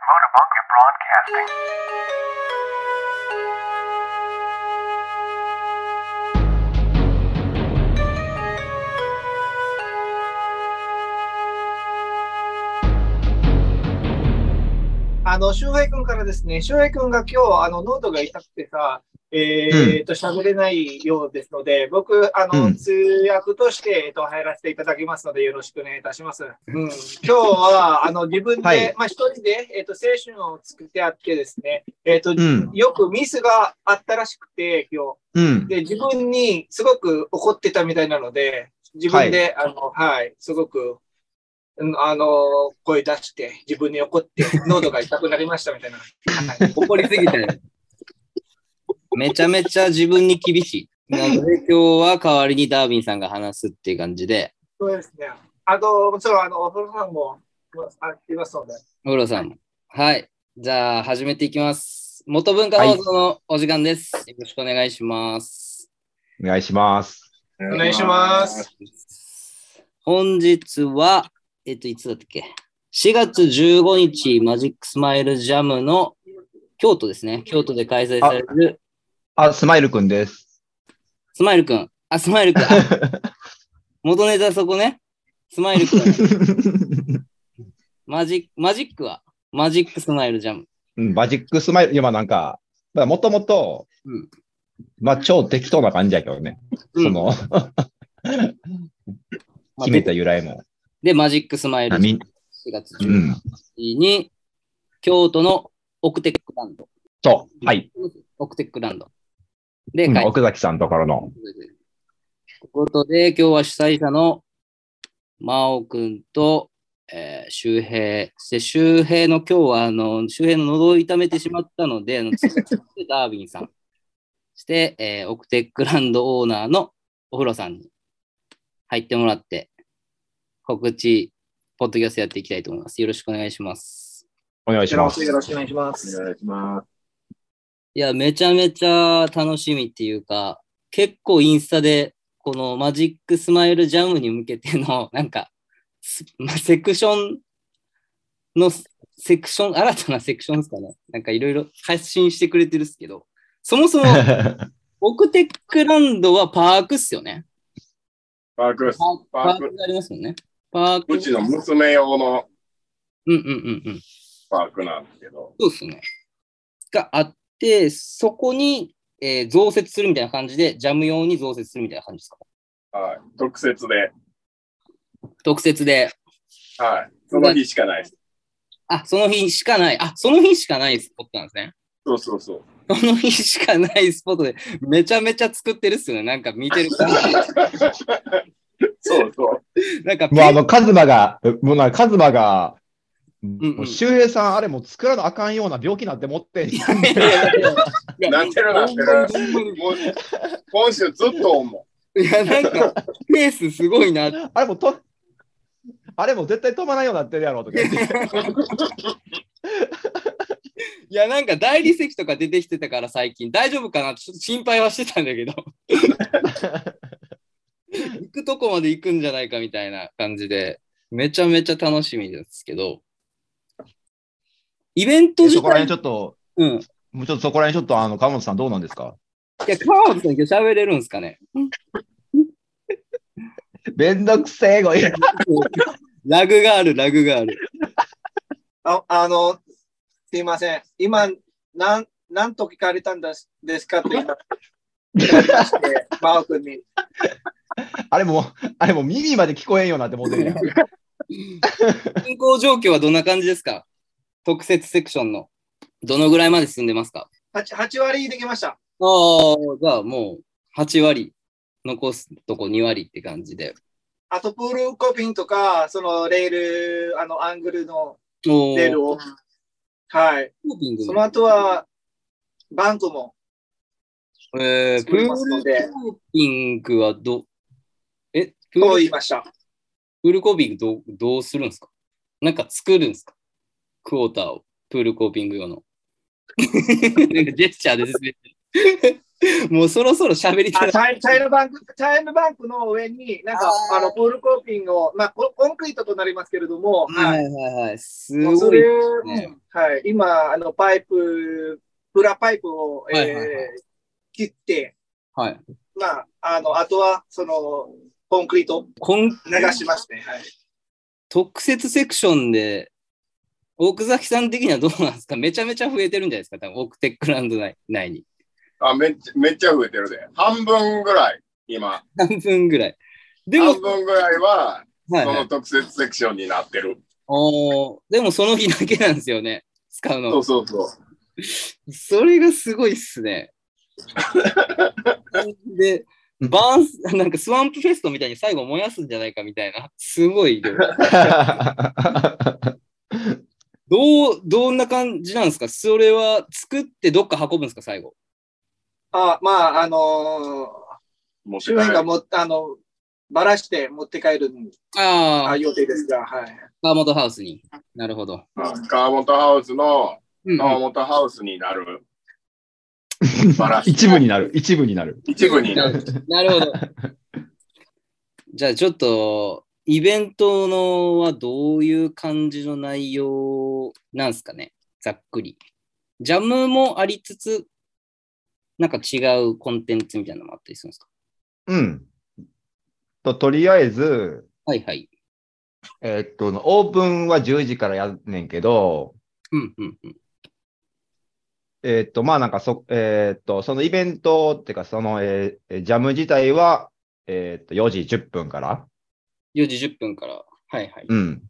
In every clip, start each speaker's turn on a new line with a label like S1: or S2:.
S1: Motor Monkey Broadcasting.
S2: あの、周平君からですね、周平君が今日、あの、喉が痛くてさ、えーっと、喋れないようですので、僕、あの、
S3: うん
S2: 通訳として、えっと、入らせていただきますので、よろしくお願いいたします。うん。今日は、あの、自分で、
S3: はい
S2: まあ、一人で、えっと、青春を作ってあってですね、えっと、
S3: ん
S2: よくミスがあったらしくて、今日。
S3: うん。
S2: で、自分にすごく怒ってたみたいなので、自分で、あの、はい、すごく、うんあの、声出して、自分に怒って、喉が痛くなりましたみたい な。はい
S4: 怒りすぎたよ。めちゃめちゃ自分に厳しい。なので今日は代わりにダービンさんが話すっていう感じで、
S2: そうですね。あと、もちろん、あの、お風呂さんも、あいますので。
S4: ムロさんも。はい。じゃあ始めていきます。元文化放送のお時間です。よろしくお願いします。
S3: お願いします。
S2: お願いします。
S4: 本日は、えっと、いつだったっけ ?4 月15日、マジックスマイルジャムの京都ですね。京都で開催される
S3: あ、スマイルくんです。
S4: スマイルくん。あ、スマイルくん。あ元ネタそこね。スマイルくん。マジマジックはマジックスマイルジャム。
S3: うん、マジックスマイル、今なんか、もともと
S4: うん、
S3: まあ超適当な感じやけどね。
S4: うん
S3: その、
S4: まあ
S3: 決めた由来も。
S4: で、マジックスマイル
S3: あ
S4: ジャム。
S3: み
S4: 4月
S3: う
S4: 1
S3: ん。
S4: 日に、京都のオクテックランド。
S3: そう。はい。
S4: オクテックランド。で、
S3: うん
S4: 開催
S3: 奥崎さんのところの。
S4: ということで、今日は主催者の真央くんと、えー周平。そして周平の今日は、あの、周平の喉を痛めてしまったので、あの、通訳としてダービンさん。そして、えーオクテックランドオーナーのお風呂さんに入ってもらって、告知、ポッドキャストやっていきたいと思います。よろしくお願いします。
S3: お願いしま
S2: こち
S3: す
S2: らこそ。よろしくお願いします。
S5: 願いします。
S4: いや、めちゃめちゃ楽しみっていうか、結構インスタで、このマジックスマイルジャムに向けての、 なんか、すまあ、セクションの、セクション、新たなセクションですかね。なんかいろいろ発信してくれてるっすけど、そ もそもオクテックランドはパークっすよね。
S5: パークス
S4: パ、
S5: パ
S4: パー
S5: ーク
S4: クがありますよね。パーク。
S5: うちの娘用の
S4: うんうんうんうん。
S5: パークなんですけど、
S4: そうですね。があって、そこに、えー増設するみたいな感じで、ジャム用に増設するみたいな感じですか
S5: はい、特設で、
S4: 特設で。
S5: はい、その日しかないです。
S4: あ、その日しかない。あ、その日しかないスポットなんですね。
S5: そうそうそう。
S4: その日しかないスポットで、めちゃめちゃ作ってるっすよね。なんか見 てる感じ。
S5: そうそう。
S4: なんかペン、
S3: もうあの、カズマが、もうなんかカズマが、
S4: うん
S3: もう周平さん、あれもう作らなあかんような病気なんて持ってん。
S4: いや
S5: なってるなって る
S4: ほんまに
S5: もう今週ずっと思
S4: いや、なんか、ペースすごいな。
S3: あれもと、あれも絶対飛ばないようになってるやろとか言って。
S4: いや、なんか大理石とか出てきてたから最近、大丈夫かなってちょっと心配はしてたんだけ ど。行くとこまで行くんじゃないかみたいな感じで、めちゃめちゃ楽しみですけど、イベント
S3: そ
S4: 自
S3: こら
S4: 体、
S3: 辺ちょっと、
S4: うん、い
S3: もうちょっとそこら辺ちょっと、あの、川本さんどうなんですか
S4: や、川本さん今日喋れるんですかね
S3: めんどくせえ、ごい。
S4: ラグがある、ラグがある。
S2: ああの、すいません。今、なん、なんと聞かれたんですですかって言 った。して、真央君に。
S3: あれもう、あれもう耳まで聞こえんようになって思ってるやん。
S4: 進行状況はどんな感じですか特設セクションの。どのぐらいまで進んでますか
S2: 8, 8割できました。
S4: ああ、じゃあもう8割、残すとこ2割って感じで。
S2: あと、プールコピンとか、そのレール、あの、アングルの
S4: お
S2: レールを。はい。
S4: プーピング
S2: その後は、バンクも。
S4: えー、プ
S2: 作ります
S4: ー
S2: の
S4: ル
S2: で
S4: コーピングはど、え、
S2: と
S4: プー
S2: 言
S4: ル
S2: いました。
S4: プールコーピングどうどうするんですかなんか作るんですかク ォーターを、プールコーピング用の。なんかジェスチャーで説明してる もうそろそろ喋りた
S2: あ
S4: い。
S2: タイタイムバンク、タイムバンクの上に、なんか、
S4: あー
S2: あの、ポールコーピンを、まあ、ココンクリートとなりますけれども、
S4: はいはいはい。す
S2: もうそ
S4: ごい
S2: れ。
S4: ね
S2: うんはい、今、あの、パイプ、プラパイプを、えー
S4: はいはいは
S2: 切って、
S4: はい。
S2: まあ、あの、あとは、その、コンクリート
S4: 今
S2: 流しますね。はい。
S4: 特設セクションで、奥崎さん的にはどうなんですかめちゃめちゃ増えてるんじゃないですか多分オクテックランド内内に。
S5: あめっちゃ、めっちゃ増えてるで。半分ぐらい、今。
S4: 半分ぐらい。でも
S5: 半、分ぐらいは、
S4: はい
S5: そ
S4: は
S5: の
S4: い、
S5: 特設セクションになってる。
S4: おーでもその日だけなんですよね。使う
S5: そ
S4: の
S5: う。そうそう。
S4: それがすごいっすね。で、バーンス、なんかスワンプフェストみたいに最後燃やすんじゃないかみたいな。すごい量。どう、どんな感じなんですかそれは作ってどっか運ぶんですか最後。
S2: あまあ、あの
S5: も
S2: ー、
S5: し
S2: 周辺がも、あの、ばらして持って帰る
S4: あ
S2: あ
S4: あ、
S2: 予定ですが、はい。
S4: 川本ハウスに。なるほど。
S5: 川本ハウスの
S4: うん
S5: 川本ハウスになる。らしい
S3: 一部になる、一部になる。
S5: 一部になる。
S4: なるほど。じゃあちょっと、イベントのはどういう感じの内容なんですかねざっくり。ジャムもありつつ、なんか違うコンテンツみたいなのもあったりするんですか
S3: うん。と、とりあえず、
S4: はいはい。
S3: えーっと、オープンは10時からやんねんけど、
S4: うんうんうん。
S3: えーっと、まあなんかそ、えーっと、そのイベントっていうか、その、えージャム自体は、えーっと、4時10分から。
S4: 4時10分から。はいはい。
S3: うん。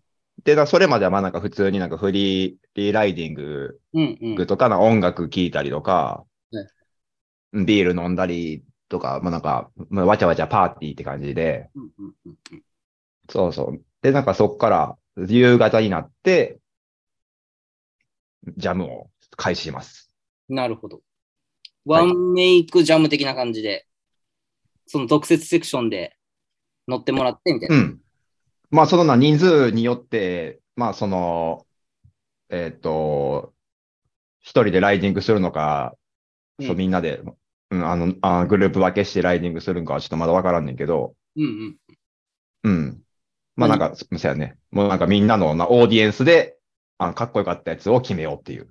S3: で、なそれまではまあなんか普通になんかフリー、フリーライディング
S4: うんうん。
S3: ックとか、な音楽聴いたりとか
S4: ね、
S3: ビール飲んだりとか、まあ、なんか、まあ、わちゃわちゃパーティーって感じで、
S4: うんうんうんうん
S3: そうそう。で、なんかそっから夕方になって、ジャムを開始します。
S4: なるほど。
S3: は
S4: ワ
S3: い
S4: ンメイクジャム的な感じで、その特設セクションで乗ってもらってみたいうな。
S3: ん。まあ、そのな人数によって、まあ、その、えっ、と、一人でライディングするのか、そううんみんなで、うん、あのあ、グループ分けしてライディングするのかはちょっとまだわからんねんけど、
S4: うんう
S3: う
S4: ん。
S3: ん。まあなんか、そうやね。もうなんかみんなのなオーディエンスで、あかっこよかったやつを決めようっていう。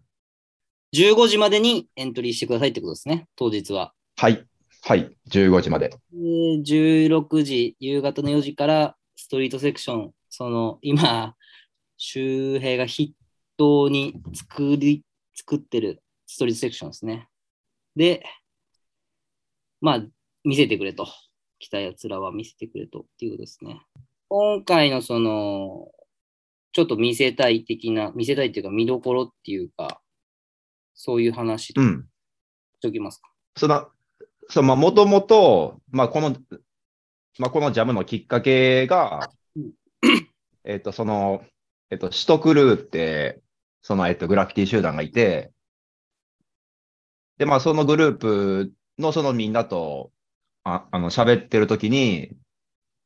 S4: 15時までにエントリーしてくださいってことですね、当日は。
S3: はい。はい。15時まで。
S4: えー16時、夕方の4時からストリートセクション、その今、周平が筆頭に作り、作ってるストリートセクションですね。で、まあ、見せてくれと。来たやつらは見せてくれとっていうことですね。今回のその、ちょっと見せたい的な、見せたいっていうか見どころっていうか、そういう話と
S3: う
S4: か
S3: ん。
S4: しておきますか。
S3: その、そのまあもともと、まあこの、まあこのジャムのきっかけが
S4: うん、
S3: えっと、その、えっと、シトクルーって、その、えっと、グラフィティ集団がいて、で、まあそのグループのそのみんなと、ああの、喋ってるときに、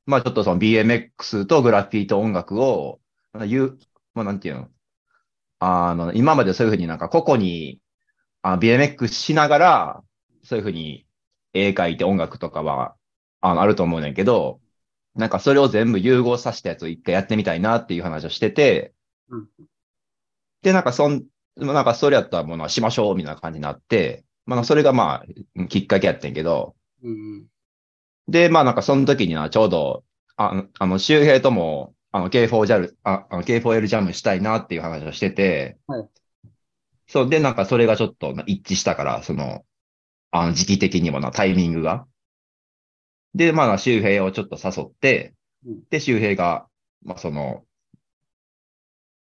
S3: まあちょっとその BMX とグラフィティと音楽を、なんか言う、まあなんていうの、あの、今までそういうふうになんか個々に、あ BMX しながら、そういうふうに絵描いて音楽とかはあのあると思うねんけど、なんかそれを全部融合させたやつを一回やってみたいなっていう話をしてて、
S4: うん
S3: で、なんかそん、なんかそれやったらものはしましょうみたいな感じになって、まあそれがまあきっかけやってんけど、
S4: うん
S3: で、まあなんかその時にはちょうど、あの、あの周平とも、あの K4 ジャル、ああの K4L ジャムしたいなっていう話をしてて、
S4: はい
S3: そう、で、なんかそれがちょっと一致したから、その、あの時期的にもな、タイミングが。で、まあ周平をちょっと誘って
S4: うん、
S3: で、周平が、まあその、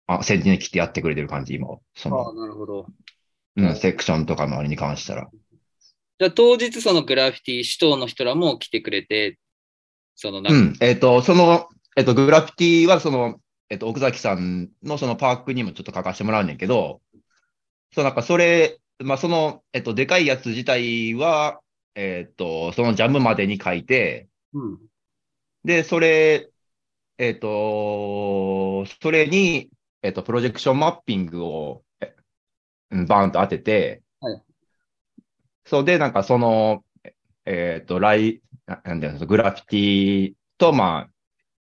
S3: あ、先に来てやってくれてる感じ、今は。そ
S4: うん。ああ、
S3: の、
S4: なるほど。
S3: うん、セクションとかのあれに関したら。
S4: じゃあ当日そのグラフィティ、首都の人らも来てくれて、そのなん
S3: う
S4: か、
S3: ん、えっ、と、その、えっ、と、グラフィティは、その、えっ、と、奥崎さんのそのパークにもちょっと書かせてもらうねんけど、そう、なんかそれ、まあ、その、えっ、と、でかいやつ自体は、えっ、と、そのジャムまでに書いて、
S4: うん、
S3: で、それ、えっ、と、それに、えっ、と、プロジェクションマッピングを、えうんバーンと当てて、
S4: はい
S3: そうで、なんかその、えっ、と、ライ、ななんていうの、グラフィティと、まあ、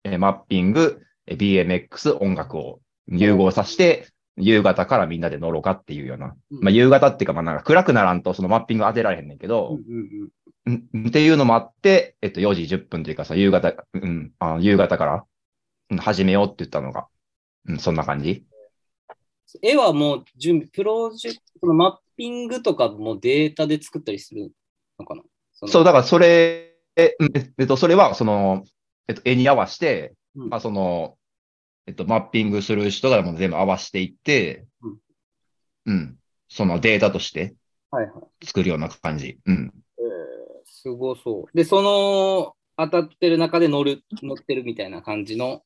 S3: えーマッピング、えー BMX、音楽を融合させて、夕方からみんなで乗ろうかっていうような。
S4: うん
S3: まあ、夕方っていうか、まあ、なんか暗くならんと、そのマッピング当てられへんねんけ
S4: うん
S3: ど、
S4: うん
S3: うんっていうのもあって、えっと、4時10分というかさ、夕方、うん、あの夕方から、うん始めようって言ったのが、うん、そんな感じ。
S4: 絵はもう準備、プロジェクトのマッピングとかもデータで作ったりするのかなその
S3: そう、だからそれ、えうんええっと、それは、その、えっと、絵に合わせて、
S4: うん
S3: まあ、その、えっと、マッピングする人がもう全部合わせていって、
S4: うん
S3: うん、そのデータとして
S4: はいはい。
S3: 作るような感じ。うん。
S4: えーすごそう。で、その当たってる中で乗る、乗ってるみたいな感じの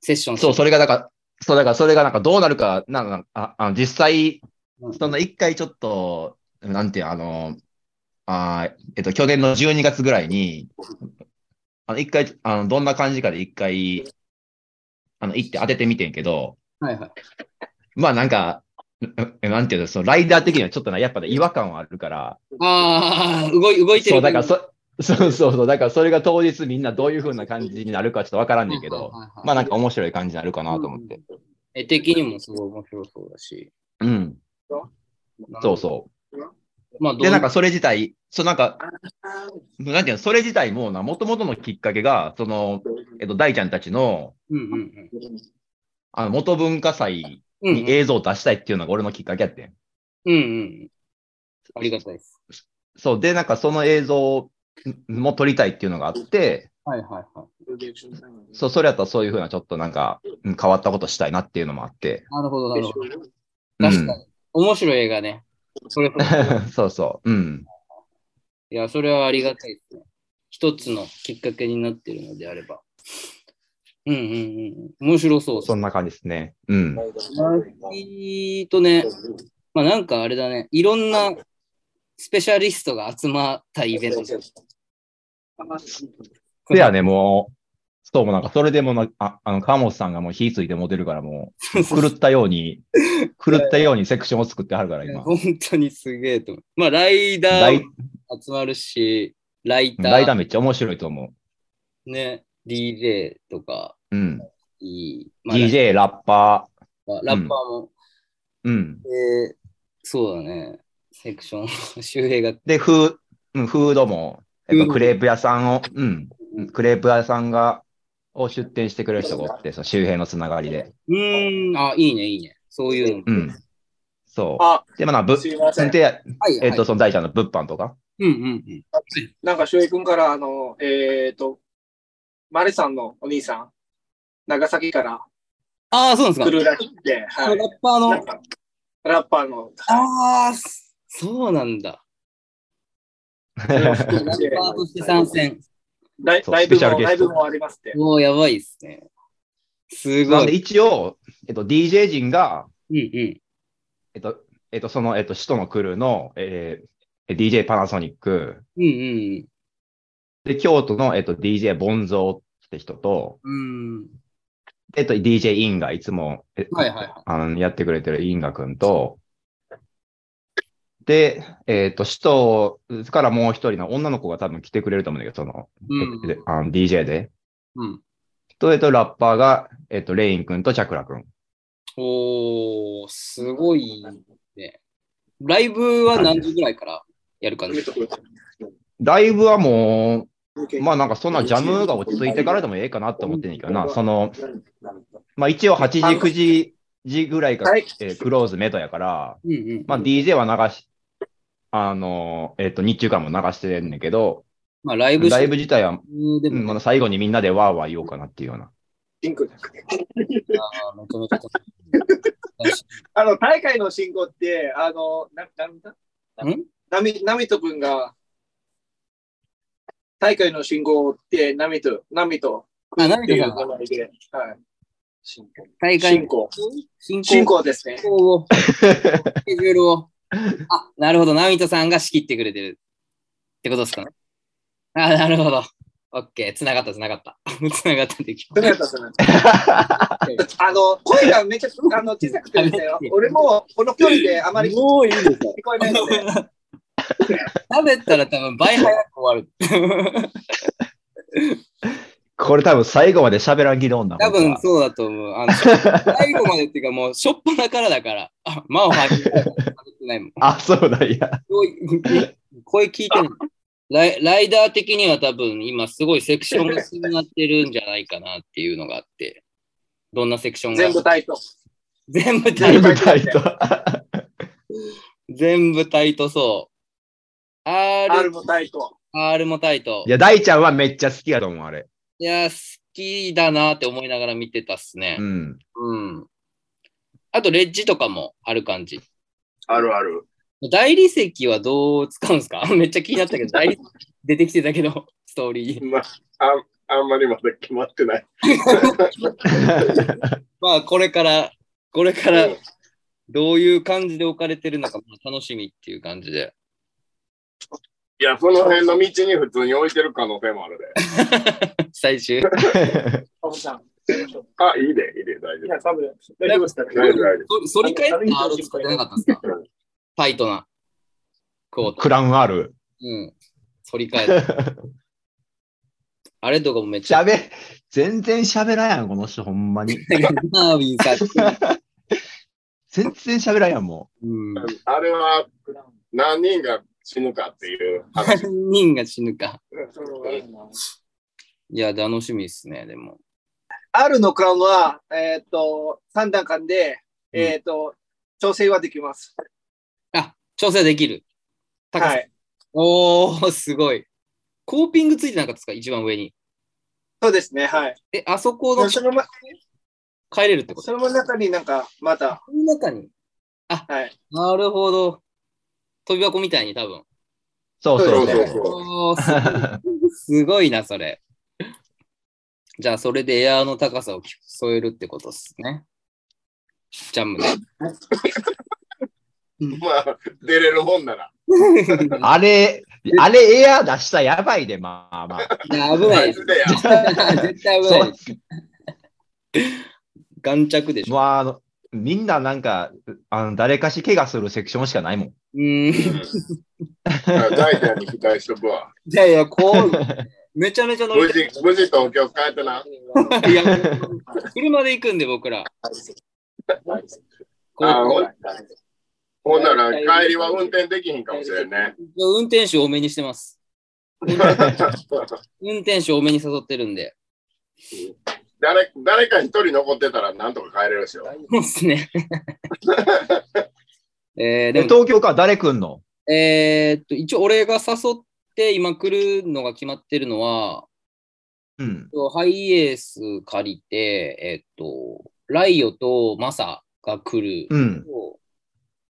S4: セッション。
S3: そう、それが、だから、そう、だから、それがなんかどうなるか、なんか、ああの実際、
S4: うん
S3: その一回ちょっと、なんていうの、あの、あーえっと、去年の12月ぐらいに、あの、一回、あの、どんな感じかで一回、あの、行って当ててみてんけど、
S4: はいはい。
S3: まあなんか、うなんていうの、そのライダー的にはちょっとな、やっぱね違和感はあるから、
S4: ああ、動い動いてる。
S3: そう、だからそ、 そうそうそう、だからそれが当日みんなどういう風な感じになるかちょっとわからんねんけど、まあなんか面白い感じになるかなと思って。
S4: 絵的にもすごい面白そうだし。
S3: うん、そうそう。
S4: まあどう
S3: で、なんか、それ自体、そうなんか、なんていうの、それ自体もな、もともとのきっかけが、その、えっと、大ちゃんたちの、
S4: うんうんうん
S3: あの、元文化祭
S4: うんうん
S3: に映像を出したいっていうのが俺のきっかけやってん。
S4: うんうん。ありがたいです。
S3: そう、で、なんかその映像も撮りたいっていうのがあって、
S4: はいはいはい。
S3: そう、それやったらそういうふうな、ちょっとなんか、うん変わったことしたいなっていうのもあって。
S4: なるほどなるほど。
S3: うん
S4: 確かに。面白い映画ね。それ
S3: そうそう、うん。
S4: いや、それはありがたいですね。一つのきっかけになってるのであれば。うんうんうん。面白そう。
S3: そんな感じですね。うん。
S4: えーっとね、まあなんかあれだね、いろんなスペシャリストが集まったイベント。
S3: でやね、もう、そう、もうなんか、それでもな、ああの、川本さんがもう火ついてモデルからもう、狂ったように、狂ったようにセクションを作ってはるから、今。
S4: 本当にすげえと思う。まあライダ
S3: ライ
S4: ーも集まるし、ライタ
S3: ライダー
S4: ー、
S3: めっちゃ面白いと思
S4: ね、DJ とか、
S3: う。うん。
S4: いい、まあ、
S3: DJ、ラッパ
S4: ラッパーラッパーも、
S3: ー、うん。
S4: えーそうだね、セクション、 周平が、
S3: で、フー、うんフードも、やっぱクレープ屋さんを、うん
S4: う。ん
S3: クレープ屋さんが、を出店してくれる人がおって、その周辺のつながりで。
S4: うーん、あ、いいね、いいね。そういうの。
S3: うん。そ
S2: あ、
S3: う。で、まあな、ぶ、
S2: すいません。
S3: で、
S4: はい、はい。
S3: えっと、その大ちゃんの物販とか。
S4: うんうんうん。
S2: なんか、しゅういくんから、あの、えっ、と、マレさんのお兄さん、長崎から
S4: ああ、そうなんですか
S2: 来。るらしくて、
S4: ラ
S2: は
S4: ッ
S2: い。
S4: パーの
S2: なんか、ラッパーの、
S4: ああ、そうなんだ。ラッパーとして参戦。
S2: ライ
S3: そう
S2: ライブ
S3: スペシャル
S2: も、
S3: ゲス
S2: ラ
S3: ト
S2: イブもありますって。
S4: もうやばいっすね。す
S3: な
S4: ご
S3: んで、
S4: い。
S3: 一応、えっと、DJ 陣が、
S4: うんうん。
S3: えっと、えっと、その、えっと、首都のクルーの、えー、DJ パナソニック、
S4: うん
S3: で、京都の、えっと、DJ ボンゾーって人と、
S4: うん。うん。
S3: えっと、DJ インがいつも、え
S4: はいはいは
S3: あの、やってくれてるインガくんと、で、えっと、首都からもう一人の女の子が多分来てくれると思うんだけど、その、
S4: い。うん。
S3: えあの DJ で。
S4: うん、
S3: と、えっと、ラッパーが、えっと、レインくんとチャクラくん。
S4: おー、すごいね。ライブは何時ぐらいからやる感じ
S3: ライブはもう、ま
S2: ま
S3: あなんかそんなジャムが落ち着いてからでもええかなって思ってんねんけどな、その、まあ一応8時、9時、時ぐらいか、
S2: はい
S3: えークローズメドやから、
S4: うんうん。
S3: まあ DJ は流し、あのー、えっ、と、日中間も流してんねんけど、
S4: まあライブ
S3: ライブ自体は、
S4: で
S3: うんま
S4: も、ね
S3: だ最後にみんなでワーワー言おうかなっていうような。
S2: ピンク
S4: あーめちゃめちゃ楽し
S2: あの、大会の進行って、あの、な、なんだ
S4: み。ん
S2: なみ、なみとくんが、大会の信号を追って、なみと、なみと、
S4: あ、
S2: っ
S4: 何
S2: て
S4: で
S2: い
S4: さ
S2: うん名
S4: が
S2: 前で、はい。進行。
S4: 大会
S2: 進行。
S4: 進行
S2: 進行ですね。
S4: を、スケジュールを。あ、なるほど。ナミトさんが仕切ってくれてる。ってことですかね。あ、なるほど。オッケー。つながった、つながった。 つながったでき
S2: ど
S4: た。
S2: うやったそれあの、声がめちゃく ちゃあの小さくてですね、俺もこの距離であまり聞
S4: もういいですよ。
S2: こえないので、
S4: 食べたら多分倍早く終わる。
S3: これ多分最後まで喋らん議論な
S4: 多分そうだと思う。あの 最後までっていうかもう、しょっぱなからだから。あ、間を吐いてないもん。
S3: あ、そうなんや。
S4: 声聞いてない。ライライダー的には多分今すごいセクションが進なってるんじゃないかなっていうのがあって、どんなセクションが
S2: 全部タイト。
S4: 全部タイ
S3: 全
S4: ト。
S3: 部タイト。
S4: 全部タイトそう。
S2: R
S4: R,
S2: もタイト。
S4: R もタイト。
S3: いや、大ちゃんはめっちゃ好きやと思う、あれ。
S4: いや、好きだなって思いながら見てたっすね
S3: う。ん。
S4: うん。あと、レッジとかもある感じ。
S5: あるある。
S4: 大理石はどう使うんですか めっちゃ気になった けど、大理石出てきてたけど、ストーリーに。
S5: まあ、あんまりまだ決まってない。
S4: まあ、これから、これか
S5: う
S4: ら
S5: ん
S4: どういう感じで置かれてるのか、まあ楽しみっていう感じで。
S5: いや、その辺の道に普通に置いてる可能性もあるで。
S4: 最終。
S2: サブちゃん。
S5: あ、いいで、いいで、大
S2: い
S5: 丈
S2: や、サブで大丈夫ですか
S5: 夫。大丈夫、大丈
S4: そ反り返った R 使ってなかったですか
S5: うん
S4: タイトな。こう、
S3: クラン R。
S4: うん。反り返 った。あれとかもめっちゃ。
S3: 喋、全然喋らんやん、この人、ほんまに。
S4: マービンさん。
S3: 全然喋らんやん、も
S4: うん。
S5: 夫。あれは何人が死ぬかっていう話。
S4: 3人が死ぬか。
S2: うん
S4: いや、楽しみですね、でも。
S2: R の間は、えっ、と、3段間で、
S4: うん
S2: えっ、と、調整はできます。
S4: あ、調整できる。高さ。
S2: はい。
S4: おー、すごい。コーピングついてなかったですか一番上に。
S2: そうですね、はい。
S4: え、あそこの
S2: そのま
S4: 帰れるってこと
S2: その中になんか、また、
S4: この中に。
S2: はい。
S4: なるほど。飛び箱みたいに多分。
S3: う。そうそう
S5: そう
S3: そ
S5: そううそう
S4: おーすすごいな、それ。じゃあ、それでエアーの高さを競えるってことですね。ジャンムで。
S5: まあ、出れる本なら。
S3: あれ、あれエアー出したらやばいで、まあまあ。
S4: いや危ないです。
S5: マジでや
S4: 絶対危
S3: そ
S4: ないうです。眼着でしょ。
S3: もうあの、みんななんか、あの誰かし怪我するセクションしかないもん。
S4: うーん。
S5: あ大ちゃんに期待しとくわ。
S4: いやいや、こう、めちゃめちゃ乗
S5: 無
S4: りたい
S5: 事、無事東京帰ってな。
S4: いや、車で行くんで、僕ら。こう
S5: あほんほんなら帰りは運転できひんかもしれ んね。
S4: 運転手多めにしてます。運転手多めに誘ってるんで。
S5: 誰誰か一人残ってたらなんとか帰れるでしょ。
S4: そうですね。 え
S3: で、
S4: ー、でも、
S3: 東京から誰来んの
S4: えーっと、一応俺が誘って今来るのが決まってるのは、
S3: うん。
S4: ハイエース借りて、えーっと、ライオとマサが来る。
S3: うん。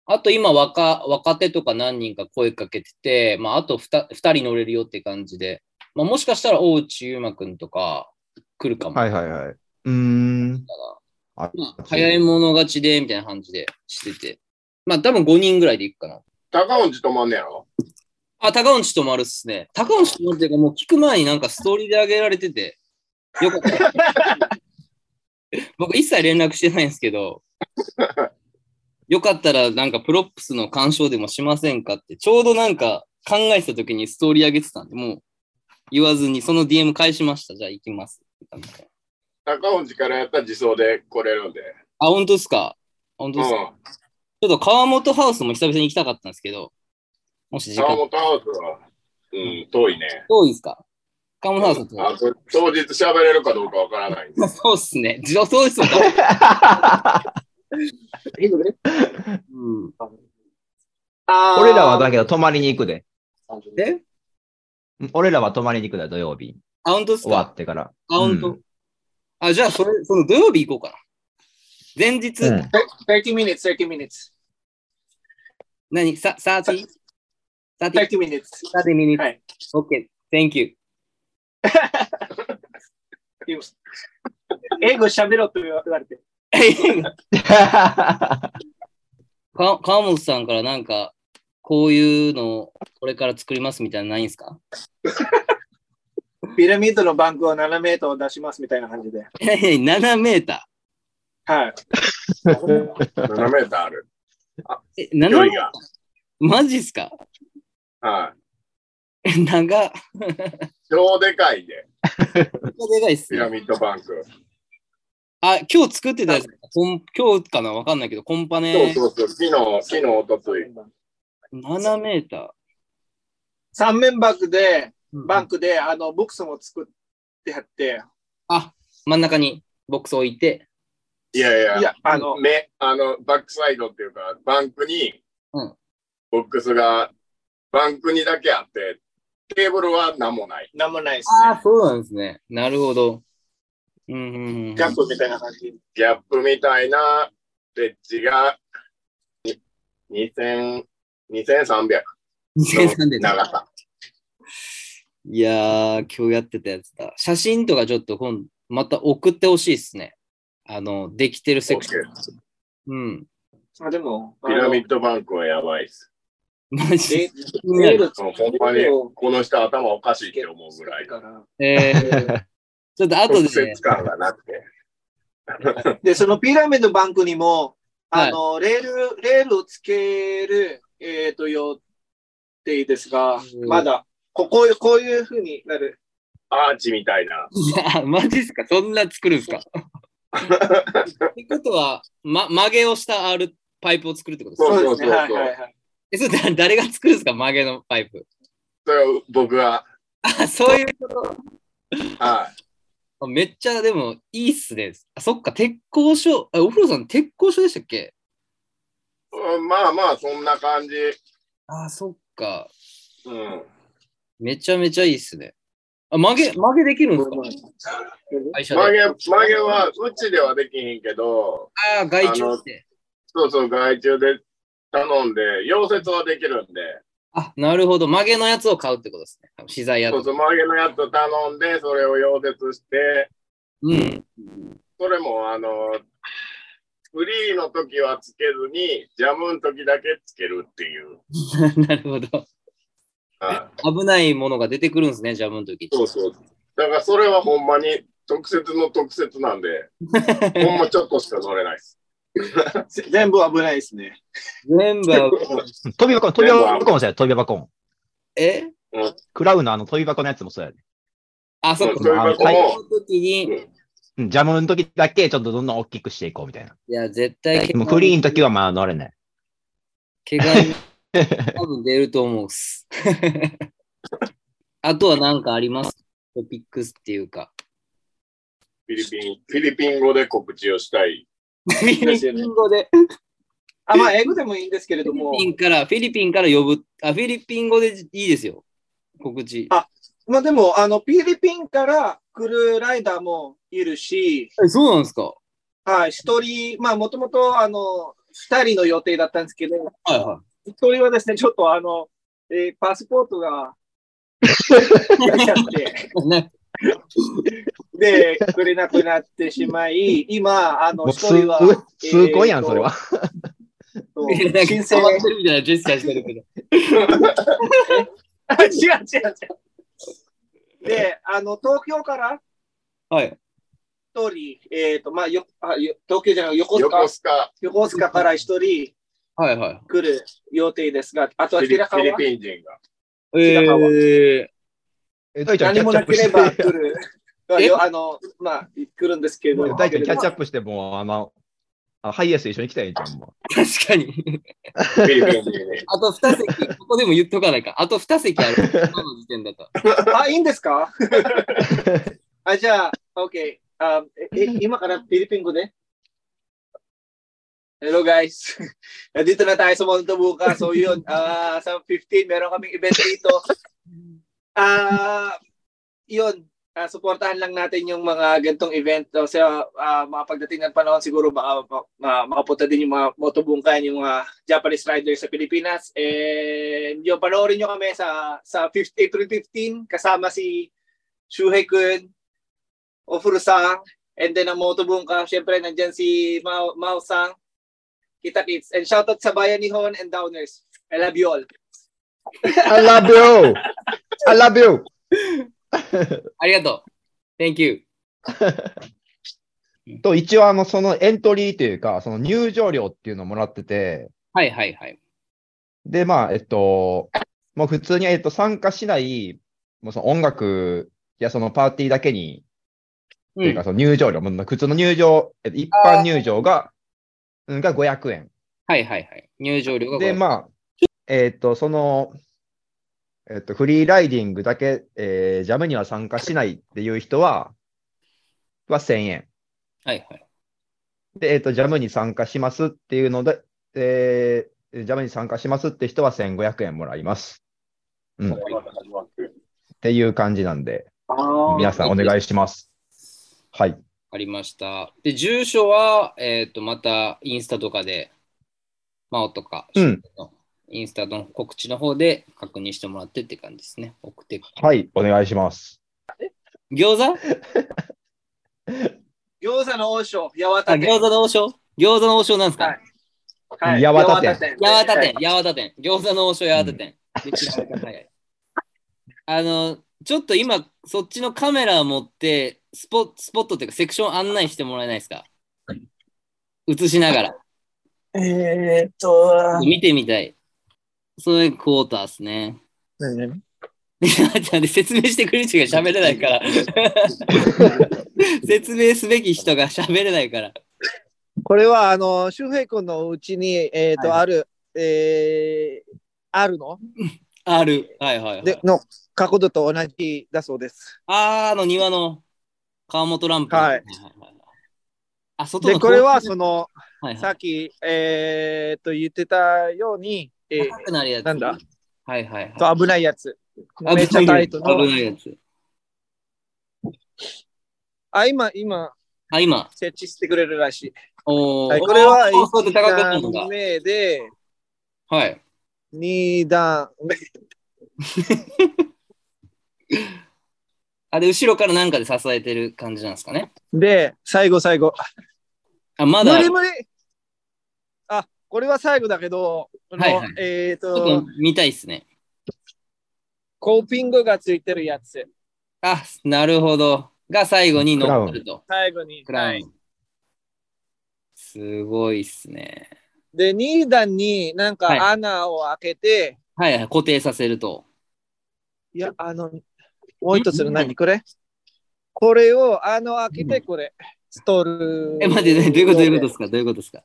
S4: あと今若、若手とか何人か声かけてて、まあ、あと 2, 人乗れるよって感じで、まあ、もしかしたら大内優馬くんとか来るかも。
S3: はいはいはい。うーん。あ
S4: まあ早い者勝ちで、みたいな感じでしてて。まあ、多分5人ぐらいで行くかな。
S5: 高音寺止まんねやろ
S4: あ、高内ともあるっすね。高内ともあるっていうか、もう聞く前になんかストーリーで上げられてて、よかった。僕一切連絡してないんですけど、よかったらなんかプロップスの鑑賞でもしませんかって、ちょうどなんか考えてた時にストーリー上げてたんで、もう言わずにその DM 返しました。じゃあ行きます。
S5: 高音寺からやったら自走で来れるんで。
S4: あ、本当っすか本当
S5: う
S4: っ
S5: ん
S4: すか、。ちょっと川本ハウスも久々に行きたかったんですけど、もし時
S5: 川
S4: 間
S5: 本ハウスは、うん、遠いね。
S4: 遠いですか川本ハウス
S5: あ
S4: と。
S5: と当日喋れるかどうかわか らないんで。
S4: そうっすね。自動そうっすね。うん
S2: あー
S3: 俺らはだけど泊まりに行くで。
S4: え
S3: うん俺らは泊まりに行くで、土曜日。
S4: アウントっす
S3: 終わ
S4: か
S3: ってから。
S4: アウン
S3: う
S4: ト
S3: ん。
S4: あ、じゃあ、それ、その土曜日行こうかな。前日、
S3: うん
S2: 30 minutes, 30 minutes,
S4: 何さ ?30?30
S2: 30
S4: 30
S2: minutes.
S4: minutes.
S2: はい
S4: OK. Thank you.
S2: 英語喋ろうと言われて。
S4: か川本さんからなんか、こういうのをこれから作りますみたいなのないんすか
S2: ピラミッドのバンクを7メートル出しますみたいな感じで。
S4: ?7 メータ
S2: はい。
S5: 7メーターある。
S4: ー。え、
S5: 距離
S4: 7?
S5: が。
S4: マジっすか
S5: はい。
S4: 長っ。
S5: 超でかいで、
S4: でかいっす
S5: ピ
S4: ね
S5: ラミッドバンク。
S4: あ、今日作ってたやつ、こん今日かなわかんないけど、コンパ
S5: そう
S4: ネ
S5: そうそう、昨日、昨日、おとつい。
S4: 7メータ
S2: 3面バンクで、
S4: ー。
S2: バンクで、あの、ボックスも作ってやって、
S4: あ、真ん中にボックス置いて。
S5: いやいや、
S2: いや、あの、
S5: 目、あの、バックサイドっていうか、バンクに、
S4: うん
S5: ボックスが、バンクにだけあって、テーブルは何もない。
S2: なんもないです
S4: あ
S2: ね。
S4: あ、そうなんですね。なるほど。うんうんうん。
S2: キャンプみたいな感じ。
S5: ギャップみたいな、レッジが、に2000 2300
S4: 2300
S5: の長さ。
S4: いやー、今日やってたやつだ。写真とかちょっと今、また送ってほしいっすね。あの、できてるセクション。うん。
S2: あでも、あ
S5: ピラ
S2: の
S5: ミッドバンクはやばいっす。
S4: マジ
S2: レ
S4: で気にな
S2: レー
S4: る。
S2: ル
S5: もうほんまに、この人頭おかしいって思うぐらい。
S2: か
S4: えー、 ちょっと後
S5: 直
S4: でね
S5: 接、感がなくて。
S2: ら。で、そのピラミッドバンクにも、
S4: はい
S2: あの、レール、レールをつける、えっ、と、予定ですが
S4: う、ん
S2: まだ、ここう、こういうふうになる。
S5: アーチみたいな。
S4: あ マジっすかそんな作るんす かってことは、ま、曲げをしたあるパイプを作るってことですか
S5: そうそうそうそう
S2: はいはいはい。
S4: えそれだ誰が作るんですか曲げのパイプ。
S5: それを僕は、
S4: あ、そういう
S5: は
S4: あめっちゃでもいいっすね。あそっか、鉄工所。あお風呂さん、鉄工所でしたっけ
S5: い。うんまあまあ、そんな感じ。
S4: あ、そっか。
S5: うん。
S4: めちゃめちゃいいっすね。あ、曲げ、曲げできるんですか会社
S5: 曲
S4: で。
S5: げ、曲げは、うちではできへんけど、
S4: ああ、外注して。
S5: そうそう、外注で頼んで、溶接はできるんで、
S4: あ、なるほど。曲げのやつを買うってことですね。資材や
S5: そ
S4: と
S5: う。そう、曲げのやつ頼んで、それを溶接して、
S4: うん。
S5: それも、あの、フリーの時はつけずに、ジャムの時だけつけるっていう。
S4: なるほど。
S5: は
S4: 危ないものが出てくるんですね、ジャムの時
S5: い。そうそう。だから、それはほんまに、特設の特設なんで、ほんまちょっとしか乗れないです。
S2: 全部危ないですね。
S4: 全部は、
S3: 飛び箱、飛び箱もそうや、飛び箱も。
S4: え
S3: クラウンのあの飛び箱のやつもそうやね。
S4: あ、そっ
S5: うん
S4: か。
S5: そういう
S3: あの
S5: ことも
S4: その時に、い
S3: うんジャムの時だけちょっとどんどん大きくしていこうみたいな。
S4: や、絶対
S3: でもフリーの時はまあ乗れない。
S4: 怪我、多分出ると思うっ す。あとは何かありますトピックスっていうか。
S5: フィリピン、フィリピン語で告知をしたい。
S4: フィリ
S2: です
S4: ピ
S2: よね
S4: ン語で。
S2: あ、まあ、英語でもいいんですけれど
S4: フィ
S2: も
S4: リ、ピンから、フィリピンから呼ぶ。あ、フィリピン語でいいですよ。告知。
S2: あまあでも、あの、フィリピンから来るライダーもいるし、
S4: えそうなんですかは
S2: はい、一人、まあ、もともと、あの、二人の予定だったんですけど、
S4: いは
S2: 一人はですね、ちょっとあの、えーパスポート が、いらっしゃって、
S4: い。ね、
S2: で、くれなくなってしま い、今、あの、
S3: もう
S2: 一
S3: す
S2: 人は、えー
S3: すごいやん、それは。。
S2: と
S4: なんか
S2: 申 請、違
S4: 変わってるみたいなジェスチャーしてるけど。
S2: う違う違う。で、あの、東京から
S4: はい。
S2: 一人、えっ、と、まあ、よあよ東京じゃない、横須
S5: 横
S2: 賀、
S5: 須賀、
S2: 横須賀から一人
S4: はいはい。
S2: 来る予定ですが、あとは
S5: フィリ
S2: 平
S5: フィ
S2: 川
S5: リピン人が。
S2: 白川
S4: え
S3: え大ちゃん
S2: 何
S3: キャッ
S2: も
S3: チア
S2: なけ
S3: ップし
S2: れば
S3: て
S2: 来 る。まあよあの、まあ、来るんですけれども。
S3: 大ちゃんキャッチアップして、もう、あの、あハイエース一緒に来たらいいじゃん、も
S4: ー、確かに。
S5: フィリピン人に。
S4: あと2席、ここでも言っとかないか。あと2席 ある。今の時点だと。
S2: あ、いいんですかあ、じゃあ、OK。あええ今からフィリピン語で eh. Hello guys. Nandito na tayo sa Mountain Buka. So yun, ah sa 15 meron kaming event dito. Ah, yun. Ah, supportahan lang natin yung mga gantong event. Kasi ah mga pagdating ng panahon siguro baka ma- ma- makapunta din yung mga motobungkan, yung mga Japanese riders sa Pilipinas. And yun, panoorin nyo kami sa, sa 15, April 15 kasama si Shuhei Kun, Ofuru-san, and then ang motobungka. Siyempre, nandyan si Mao, Mao-san, Kita Kids. And shoutout sa Bayanihon and Downers. I love you all.
S3: う。I love you!I love you!
S4: ありがとう。Thank you.
S3: と、一応、あの、そのエントリーというか、その入場料っていうのをもらってて、
S4: はいはいはい。
S3: で、まあ、えっと、もう普通に、えっと、参加しない、もうその音楽やそのパーティーだけに、
S4: う
S3: というかその入場料、もう普通の入場、えっと一般入場が、うんが500円。
S4: はいはいはい。入場料が
S3: で、
S4: あ、
S3: まあ、えっ、と、その、えっ、と、フリーライディングだけ、えージャムには参加しないっていう人は、は1000円。
S4: はいはい。
S3: で、えっ、と、ジャムに参加しますっていうので、えージャムに参加しますって人は1500円もらいます。うん。っていう感じなんで、
S6: あ
S3: 皆さんお願いします。はい。
S4: ありました。で、住所は、えっ、と、またインスタとかで、マオとか、
S3: うん
S4: インスタの告知の方で確認してもらってって感じですね。送って。
S3: はい、お願いします。
S4: 餃子
S6: 餃子の
S2: ano,
S6: 王将、八幡
S4: あ、
S6: 店。
S4: 餃子の王将餃子の王将なんですか、
S6: はい
S3: はい八幡店
S4: 八幡
S6: はい
S4: 店、八幡店。餃子の王将八幡店。で調べ方早いあの、ちょっと今、そっちのカメラ持って、スポスポットっていうか、セクション案内してもらえないですか映しながら。
S2: えーっと、
S4: 見てみたい。それクォーターですね。
S2: 何何
S4: いや待って説明してくれる人が喋れないから。説明すべき人が喋れないから。
S2: これは、あの、周平君のうちに、えーっと、
S4: はい
S2: ある、えー、あるの
S4: ある。はいはい、はい
S2: で。の角度と同じだそうです。
S4: あーあの庭の川本ランプ。
S2: はい
S4: あ、外の
S2: で、これは、その、
S4: はいは
S2: さ
S4: い
S2: っき、えーっと、言ってたように、えー
S4: 高くなるやつ。
S2: なんだ
S4: はいはいは
S2: と
S4: い。
S2: 危ないやつ。
S4: 危ない
S2: めっちゃタイト
S4: 危
S2: の。
S4: ないやつ。
S2: あ、今、今、
S4: あ、今。
S2: 設置してくれるらしい。
S4: おー
S2: はい、これは
S4: おーそうで高くなるの
S2: 1
S4: が
S2: 段。目で、
S4: はい。
S2: 2段目。
S4: あ、で、後ろからなんかで支えてる感じなんですかね。
S2: で、最後、最後。
S4: あ、ま
S2: 無
S4: だある。
S2: 理
S4: ちょ
S2: 無理あ、これは最後だけど、この
S4: はいはい
S2: えっ、
S4: っ
S2: と
S4: と、見たいですね。
S2: コーピングがついてるやつ。
S4: あ、なるほど。が最後に乗ってると。
S2: 最後に。
S4: クラウ
S2: はい
S4: ン。すごいっすね。
S2: で、2段になん
S4: はい
S2: か穴を開けて、
S4: はいはい、固定させると。
S2: い、や、あの、もう一つ
S4: う
S2: の
S4: ん
S2: 何これこれを、あの、開け
S4: う
S2: てこれ。ストール。
S4: え、待って、どういうことどういうことですかどういうことですか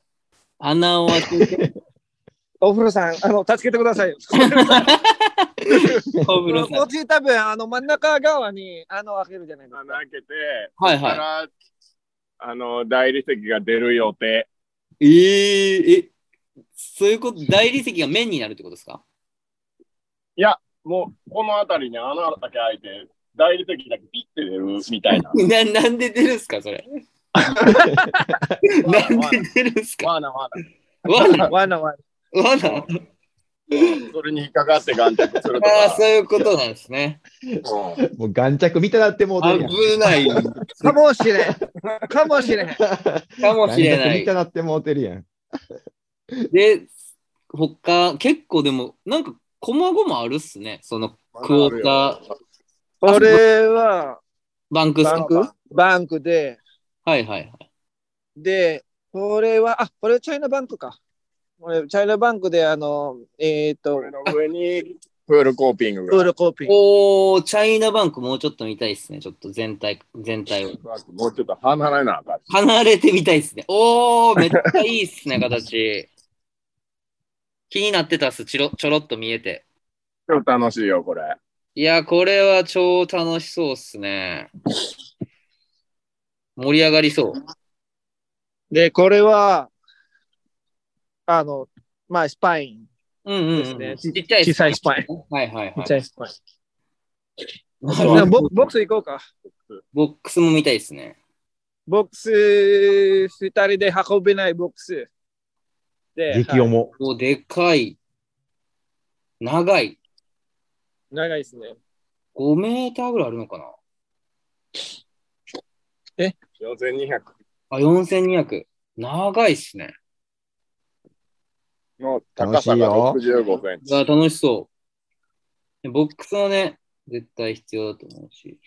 S4: 穴を開けて、
S2: お風呂さん、あの、助けてくださいよ。
S4: お 風呂さ
S2: こ
S4: ん
S2: っ。ち多分、あの、真ん中側に穴を開けるじゃないです
S5: 穴
S2: か。
S5: 開けて、
S4: はいはい
S5: そこからあの大理石が出る予定。
S4: えー、え、そういうこと、大理石が面になるってことですか。
S5: もうこの辺りに穴だけ開いて、大理石だけピッて出るみたいな
S4: ななんで出るんすかそ れ。なんで出るんすか
S5: わなわ
S4: わな
S2: わなわ
S4: わなあ
S5: な。それに引っかかって眼着すると
S4: あー、そ
S5: か。
S4: ういうことなんですね。
S5: うん
S3: もう眼着見たなってもうてるやん
S4: 危ない
S2: な。かもしれん。かもしれん。
S4: かもしれな
S3: 眼着
S4: い
S3: 見た。なってもうてるやん。
S4: で、他、結構でも、なんか、こまごまあるっすね。その、クォーター、
S2: これは、
S4: バンクス
S2: バ
S4: か
S2: ンクバンクで、
S4: はいはいはい。
S2: で、これは、あ、これチャイナバンクか。これチャイナバンクで、あの、えっ、と
S5: こ、れの上にプールコーピング
S2: プー
S5: が。
S2: ルコーピング。
S4: おー、チャイナバンクもうちょっと見たいっすね。ちょっと全体、全体を。
S5: もうちょっと離れなあかん。
S4: 離れてみたい っすね。おー、めっちゃいいっすね、形。気になってたっす。ちょろちょろっと見えて。
S5: 超楽しいよ、これ。
S4: いや、これは超楽しそうっすね。盛り上がりそう。
S2: で、これは、あの、まあ、スパイン。
S4: うんうん、うん
S2: です
S4: ち
S2: ね
S4: っちゃいっす
S2: 小さいスパイン。
S4: はいはい
S2: 小
S4: は
S2: さ
S4: い。
S2: いスパイ
S4: なる
S2: ン。
S4: ほ
S2: で
S4: ど
S2: ボボックス行こうか。
S4: ボックスも見たいっすね。
S2: ボックス、二人で運べないボックス。で、
S3: 激重。
S2: はい
S3: も
S4: お、でかい。長い。
S2: 長いですね。
S4: 5メーターぐらいあるのかな
S5: 4200
S4: あ、4200。長いっすね。
S5: の高さが65セン
S4: いや、
S5: チ。
S4: 楽しそう。ボックスはね、絶対必要だと思うし。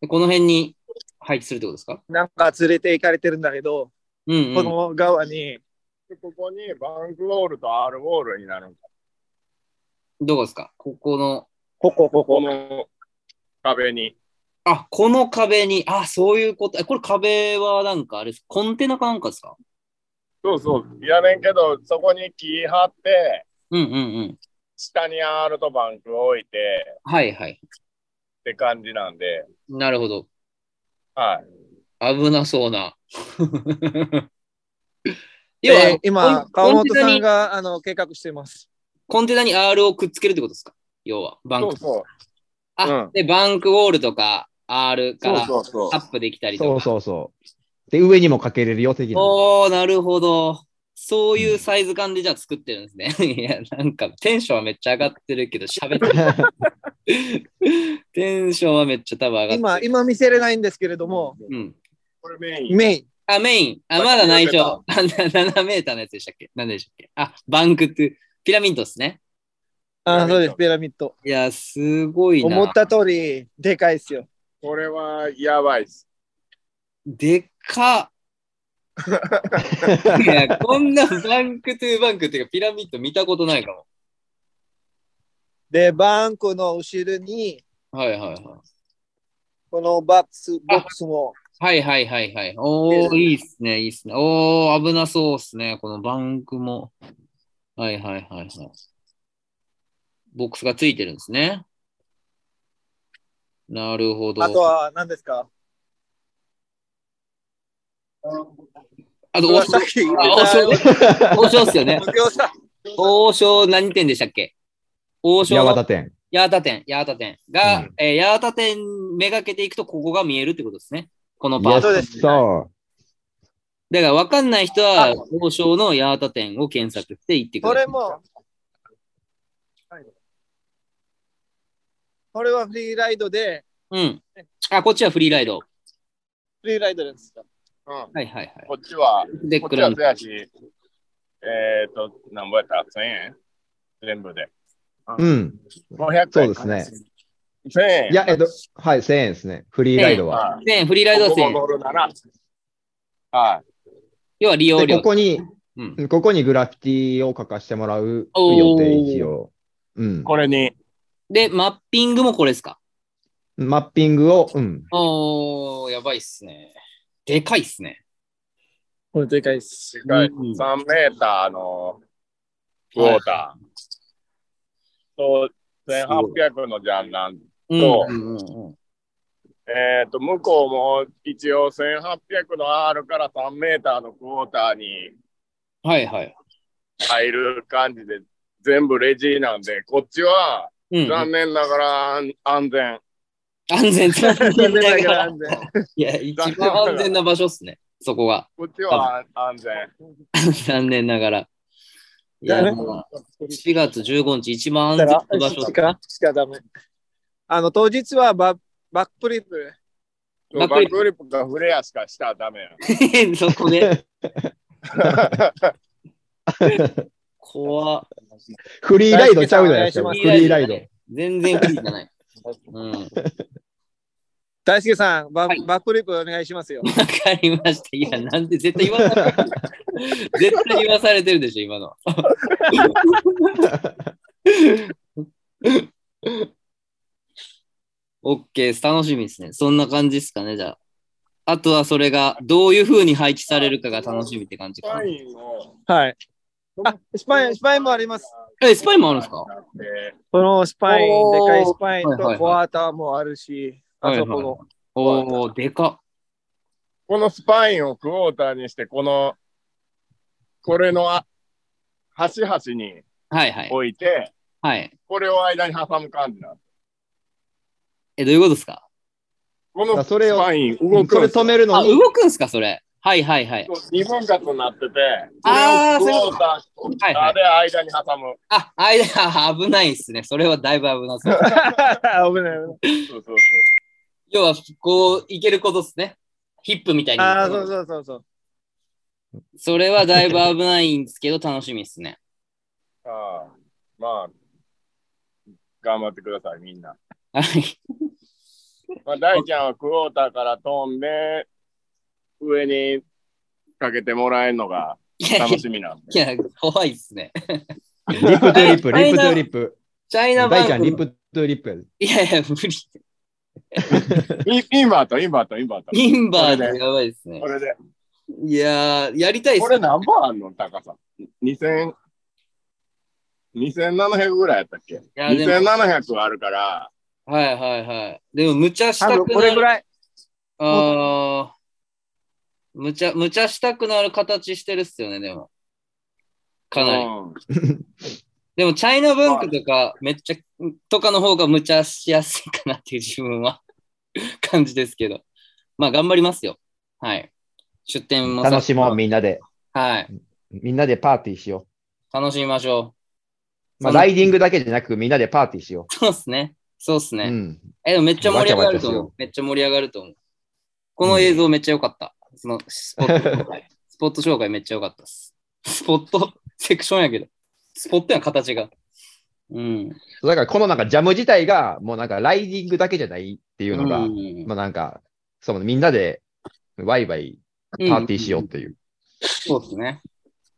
S4: でこの辺に配置するってことですか
S2: なんか連れて行かれてるんだけど、
S4: うん、うん。
S2: この側に、
S5: ここにバンクウォールと R ウォールになるんか。
S4: どこですかここの、
S1: ここ、ここ。
S5: この壁に。
S4: あ、この壁に、あ、そういうこと。え、これ壁はなんかあれです、コンテナかなんかですか
S5: そうそう。やねんけど、そこに木張って、
S4: うんうんうん。
S5: 下にアールトバンク置いて
S4: はいはい。
S5: って感じなんで、
S4: なるほど。
S5: はい。
S4: 危なそうな。 要は
S1: えー今、
S4: コ
S1: 川
S4: ンコン
S1: 本
S4: テナ
S1: さん
S4: に、
S1: があの計画しています。
S4: コンテナに R をくっつけるってことですか要は、バン
S5: そ
S4: ク
S5: う
S4: と。
S5: そう。
S4: あ、
S5: うん
S4: で、バンクウォールとか R か
S5: そう
S4: ら
S5: そうそう
S4: タ。ップできたりとか。
S3: そうそうそう。で、上にもかけれるよ、的な。
S4: おー、なるほど。そういうサイズ感でじゃあ作ってるんですね。 いや、なんかテンションはめっちゃ上がってるけど、喋ってる。テンションはめっちゃ多分上がっ
S1: 今、
S4: てる。
S1: 今見せれないんですけれども、
S4: うん、
S5: これメイン。
S1: メイン。
S4: あ、メイン。あ、まだ内緒。あな7メーターのやつでしたっけ何でしたっけあ、バンクって、ピラミッドですね。
S1: あーそうです、ピラミッド。
S4: いや、すごい
S1: 思
S4: な
S1: っ。た通り、でかいですよ。
S5: これはやばいっす。
S4: でっかっ。いや、こんなバンクトゥバンクっていうか、ピラミッド見たことないかも。
S1: で、バンクの後ろに、
S4: はいはいはい。
S1: このバックスボックスも、
S4: はいはいはいはい。おー、いいっすね、いいっすね。おー、危なそうっすね、このバンクも。はいはいはいはい。ボックスがついてるんですね。なるほど。
S1: あとは何ですか
S4: あ
S1: これ
S4: と、王
S1: はさ
S4: 将
S1: っき言っ
S4: あ王将
S1: た、
S4: 王将っすよね。
S1: お嬢さん
S4: 王将何店でしたっけ 王将
S3: 山
S4: の
S3: 形店。
S4: 八幡店、八幡店が、
S3: うん
S4: えー八幡店めがけていくとここが見えるってことですね。この
S3: い
S4: パー
S3: や
S4: ト。
S1: そうです
S3: そ
S4: だから分かんない人は王将の八幡店を検索して行ってく
S1: こ
S4: ださ
S1: れ
S4: い。
S1: も、これはフリーライドで、
S4: うん。あ、こっちはフリーライド。
S1: フリーライドです。
S5: うん、
S4: はいはいはい。
S5: こっちは、
S4: で、
S5: こっ
S4: ク
S5: ち
S4: ラウ
S5: は
S4: ン
S5: せやし、えっ、ー、と、なんぼやった ?1000 円全部で。
S3: う。うん。
S5: 500円。
S3: そうですね。
S5: 1000円。
S3: いや、えっと、はい、1000円ですね。フリーライドは。
S5: は
S4: ド。ね、フリーライ
S5: い、
S4: ド
S5: ここも
S4: 線。
S5: 乗るなら。はい。
S4: 要は利用
S3: で、
S4: 料
S3: こ。こに、
S4: うん。
S3: ここにグラフィティを書かせてもらう
S4: おー
S3: 予定、一応。うん。
S5: これに。
S4: で、マッピングもこれですか
S3: マッピングを、うん。
S4: おー、やばいっすね。でかいっすね。
S1: これでかいです。
S5: でかい。
S4: うん
S5: 3メーターのクォーター。と、1800のジャンラン。
S4: うん。
S5: そう
S4: うんうんうん
S5: えっ、と、向こうも一応1800の R から3メーターのクォーターに
S4: はいはい。
S5: 入る感じで、全部レジなんで、こっちは
S4: うん。
S5: 残念ながら安安全。
S4: 安全って
S1: 残念ながら
S4: い
S1: 安全
S4: や、一番安全な場所っすね。そこが。
S5: こっちは安全。
S4: 残念ながら。いや、
S1: だね
S4: もう4月15日、一番安全な場所
S1: し。かしかダメ。あの、当日はババックフリップ。
S5: バ
S4: バック
S5: ッ
S4: フリップ
S5: クフリップかフレアしかしたらダメや。
S4: そこ で。怖っ
S3: フリーライドちゃうじゃないです
S1: お
S3: か。
S1: 願
S3: フ
S1: い
S4: します
S3: リーライド。
S4: 全然不利じゃない。うん。
S1: 大輔さん、バ,、
S4: はい
S1: バックフリップお願いしますよ。
S4: わかりました。いや、なんで絶対言わされてる。絶対言わされてるでしょ、今のは。オッケーです、楽しみですね。そんな感じですかね、じゃあ。あとはそれがどういう風に配置されるかが楽しみって感じ
S5: ス
S4: かな
S5: パ。インを。
S1: はい。あ、スパイン、スパインもあります。。
S4: え、スパイもあるんですか
S1: このスパイン、で
S4: おー
S1: かいスパインと
S4: はいはいはい
S1: クワーターもあるし、あそこ
S4: はいはい
S1: の
S4: は。おー、でか
S5: このスパインをクォーターにして、この、これのあ端々に
S4: っ。はいはい。
S5: 置いて、
S4: はい。
S5: これを間に挟む感じなの。
S4: え、どういうことですか
S5: こ
S3: だ
S5: の
S3: それ
S5: ス
S3: を
S5: パイン動く
S3: そ
S5: ん
S3: れ
S5: ですよ
S3: 止めるの
S4: あ、
S3: に、
S4: 動くんすか、それ。はいはいはい。
S5: 二分割になってて、
S4: あー
S5: それをクォータ
S4: は
S5: ー
S4: いはい
S5: で間に挟む。
S4: あ、あいあ危ないですね。それはだいぶ危なそう。
S1: 危ない危ない。
S5: そうそう
S4: 要は、こう、いけることですね。ヒップみたいに。
S1: ああ、そうそうそうそう。
S4: それはだいぶ危ないんですけど、楽しみですね。
S5: そう。ああまあ、頑張ってください、みんな。
S4: はい。
S5: まあ、大ちゃんはクォーターから飛んで、上にかけてもらえるのが
S4: いやい
S5: 楽しみなんで。
S4: や、いや怖いですね。
S3: リップトゥリップ、
S4: あ
S3: リ
S4: れ
S3: ップトゥリップ。
S4: チャイナバ
S7: 大
S4: ン
S7: ちゃん、
S4: ク
S7: リ
S4: の
S7: ッ。プトゥリップやで。
S4: いやいや、無理。
S5: インインバート、インバート、インバート。
S4: インバーでやばいですね
S5: こ。れで。
S4: いやー、やりたいっ
S5: こ
S4: す
S5: れ
S4: ね。
S5: 何本あんの高さ。2000、2700ぐらいやったっけ
S4: いや、でも、
S5: ?2700 あるから、
S4: はいはいはい。でも、無茶した
S2: 多分
S4: くなる。
S2: これぐらい。
S4: ああ、無茶、無茶したくなる形してるっすよね、でも。かなり。
S5: うん
S4: でも、チャイナ文化とか、めっちゃ、とかの方が無茶しやすいかなっていう自分は 感じですけど。まあ、頑張りますよ。はい。出店もさ
S7: 楽しもう、みんなで。
S4: はい。
S7: みんなでパーティーしよ
S4: 楽しみましょ
S7: う。まあ、
S4: その
S7: ライディングだけじゃなく、みんなでパーティーしよ
S4: う。そうっすね。そうっす
S7: う。
S4: ね。
S7: うん。
S4: え、でもめっちゃ盛り上が
S7: わちゃわちゃ
S4: ると思
S7: しよ
S4: う。めっちゃ盛り上がると思う。この映像めっちゃ良かった。そのスポット 紹介。スポット紹介めっちゃ良かったっす。スポットセクションやけど。スポットやん形が。うん。
S7: そうだから、このなんかジャム自体が、もうなんかライディングだけじゃないっていうのが、
S4: うん
S7: まあなんか、そのみんなでワイワイパーティーしようっ。
S4: ん
S7: ていう、
S4: そうですね。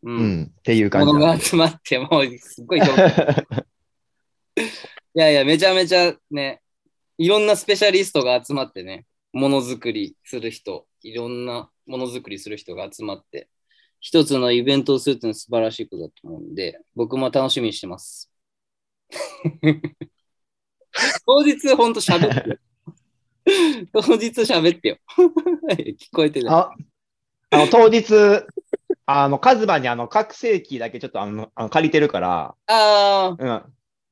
S4: う。
S7: うんん、っていう感じ
S4: 物
S7: なん
S4: が
S7: で。
S4: 集まって、もうすっごい 興味。いやいや、めちゃめちゃね、いろんなスペシャリストが集まってね、ものづくりする人、いろんなものづくりする人が集まって、一つのイベントをするっていうのは素晴らしいことだと思うんで、僕も楽しみにして ます。当日、ほんと喋ってよ。当日喋ってよ。 聞こえてない。
S7: ああの当日、 あの、カズマにあの、覚醒器だけちょっとあの、あの借りてるから、
S4: あー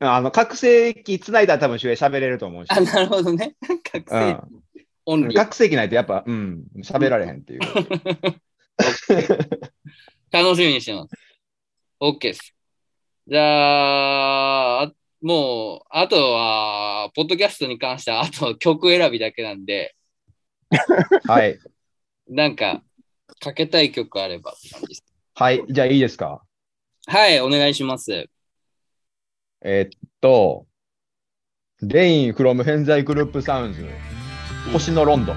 S7: うん。あの、覚醒器つないだら多分主演喋れると思うし。
S4: あ、なるほどね。覚
S7: う
S4: 醒
S7: ん
S4: オンリー。
S7: 学生期ないとやっぱ、うん、喋られへん っていう。
S4: 楽しみにしてます。OK です。じゃあ、あもう、あとは、ポッドキャストに関しては、あと曲選びだけなんで、
S7: はい。
S4: なんか、かけたい曲あればって感じです。
S7: はい。じゃあいいですか
S4: はい、お願いします。
S7: えーっと、レインフロム偏在グループサウンズ、星のロンドン。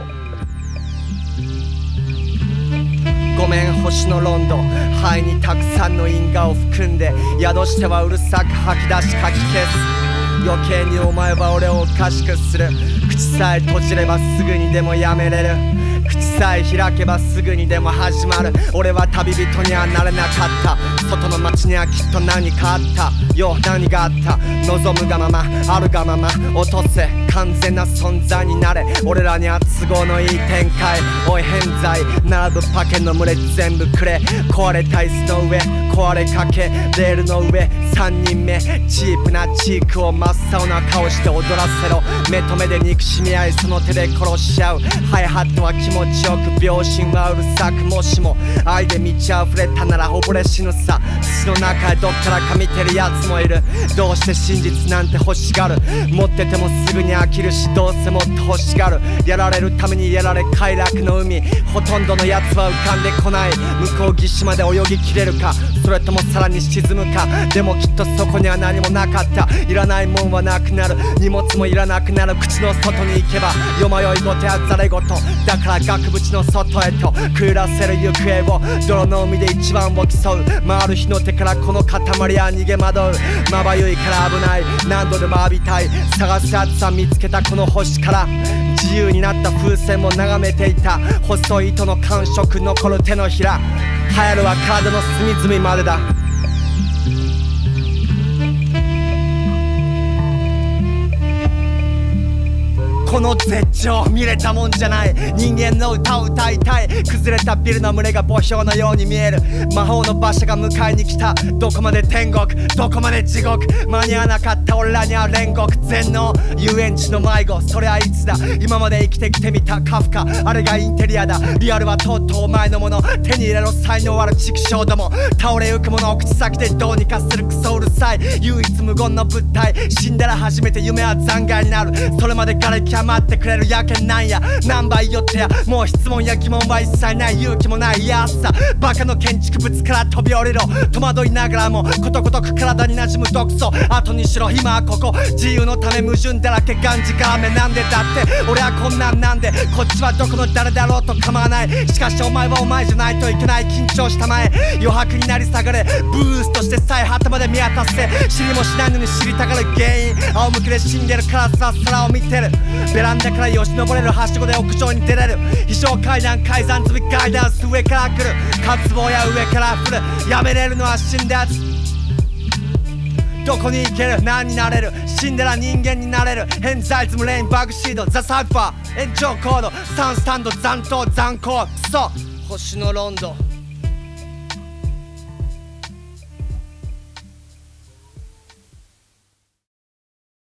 S8: ごめん星のロンドン肺にたくさんの因果を含んで宿してはうるさく吐き出しかき消す余計にお前は俺をおかしくする口さえ閉じればすぐにでもやめれる口さえ開けばすぐにでも始まる俺は旅人にはなれなかった外の街にはきっと何かあったよ何があった望むがままあるがまま落とせ完全な存在になれ俺らには都合のいい展開おい偏在並ぶパケの群れ全部くれ壊れた椅子の上壊れかけレールの上3人目チープなチークを真っ青な顔して踊らせろ目と目で憎しみ合いその手で殺し合うハイハットは気持ちよく秒針はうるさくもしも愛で満ち溢れたなら溺れ死ぬさ土の中へどっからか見てるやつもいるどうして真実なんて欲しがる持っててもすぐに飽きるしどうせもっと欲しがるやられるためにやられ快楽の海ほとんどのやつは浮かんでこない向こう岸まで泳ぎきれるかそれともさらに沈むかでもきっとそこには何もなかったいらないもんはなくなる荷物もいらなくなる口の外に行けばよまよいごとやざれごとだから額縁の外へとくゆらせる行方を泥の海で一番を競う回る日の手からこの塊は逃げ惑うまばゆいから危ない何度でも浴びたい探す暑さ見つけたこの星から自由になった風船も眺めていた細い糸の感触残る手のひら流行るは体の隅々までだこの絶頂見れたもんじゃない人間の歌を歌いたい崩れたビルの群れが墓標のように見える魔法の馬車が迎えに来たどこまで天国どこまで地獄間に合わなかった俺らには煉獄全能遊園地の迷子それはいつだ今まで生きてきてみたカフカあれがインテリアだリアルはとうとうお前のもの手に入れろ才能ある畜生ども倒れゆくものを口先でどうにかするクソうるさい唯一無言の物体死んだら初めて夢は残骸になるそれまで瓦礫はま待ってくれるやけんなんや何倍よってやもう質問や疑問は一切ない勇気もないやつさバカの建築物から飛び降りろ戸惑いながらもことごとく体に馴染む毒素後にしろ今はここ自由のため矛盾だらけがんじがめなんでだって俺はこんなんなんでこっちはどこの誰だろうと構わないしかしお前はお前じゃないといけない緊張したまえ余白になり下がれブースとして最果てまで見渡せ知りもしないのに知りたがる原因仰向けで死んでるからさ空を見てるベランダからよし登れるはしごで屋上に出れる非常階段改ざん積みガイダンス上から来る渇望や上から降るやめれるのは死んだやつどこに行ける何になれる死んだら人間になれる偏在ズムレインバグシードザサイファー延長コードサンスタンド残党残光クソ星のロンド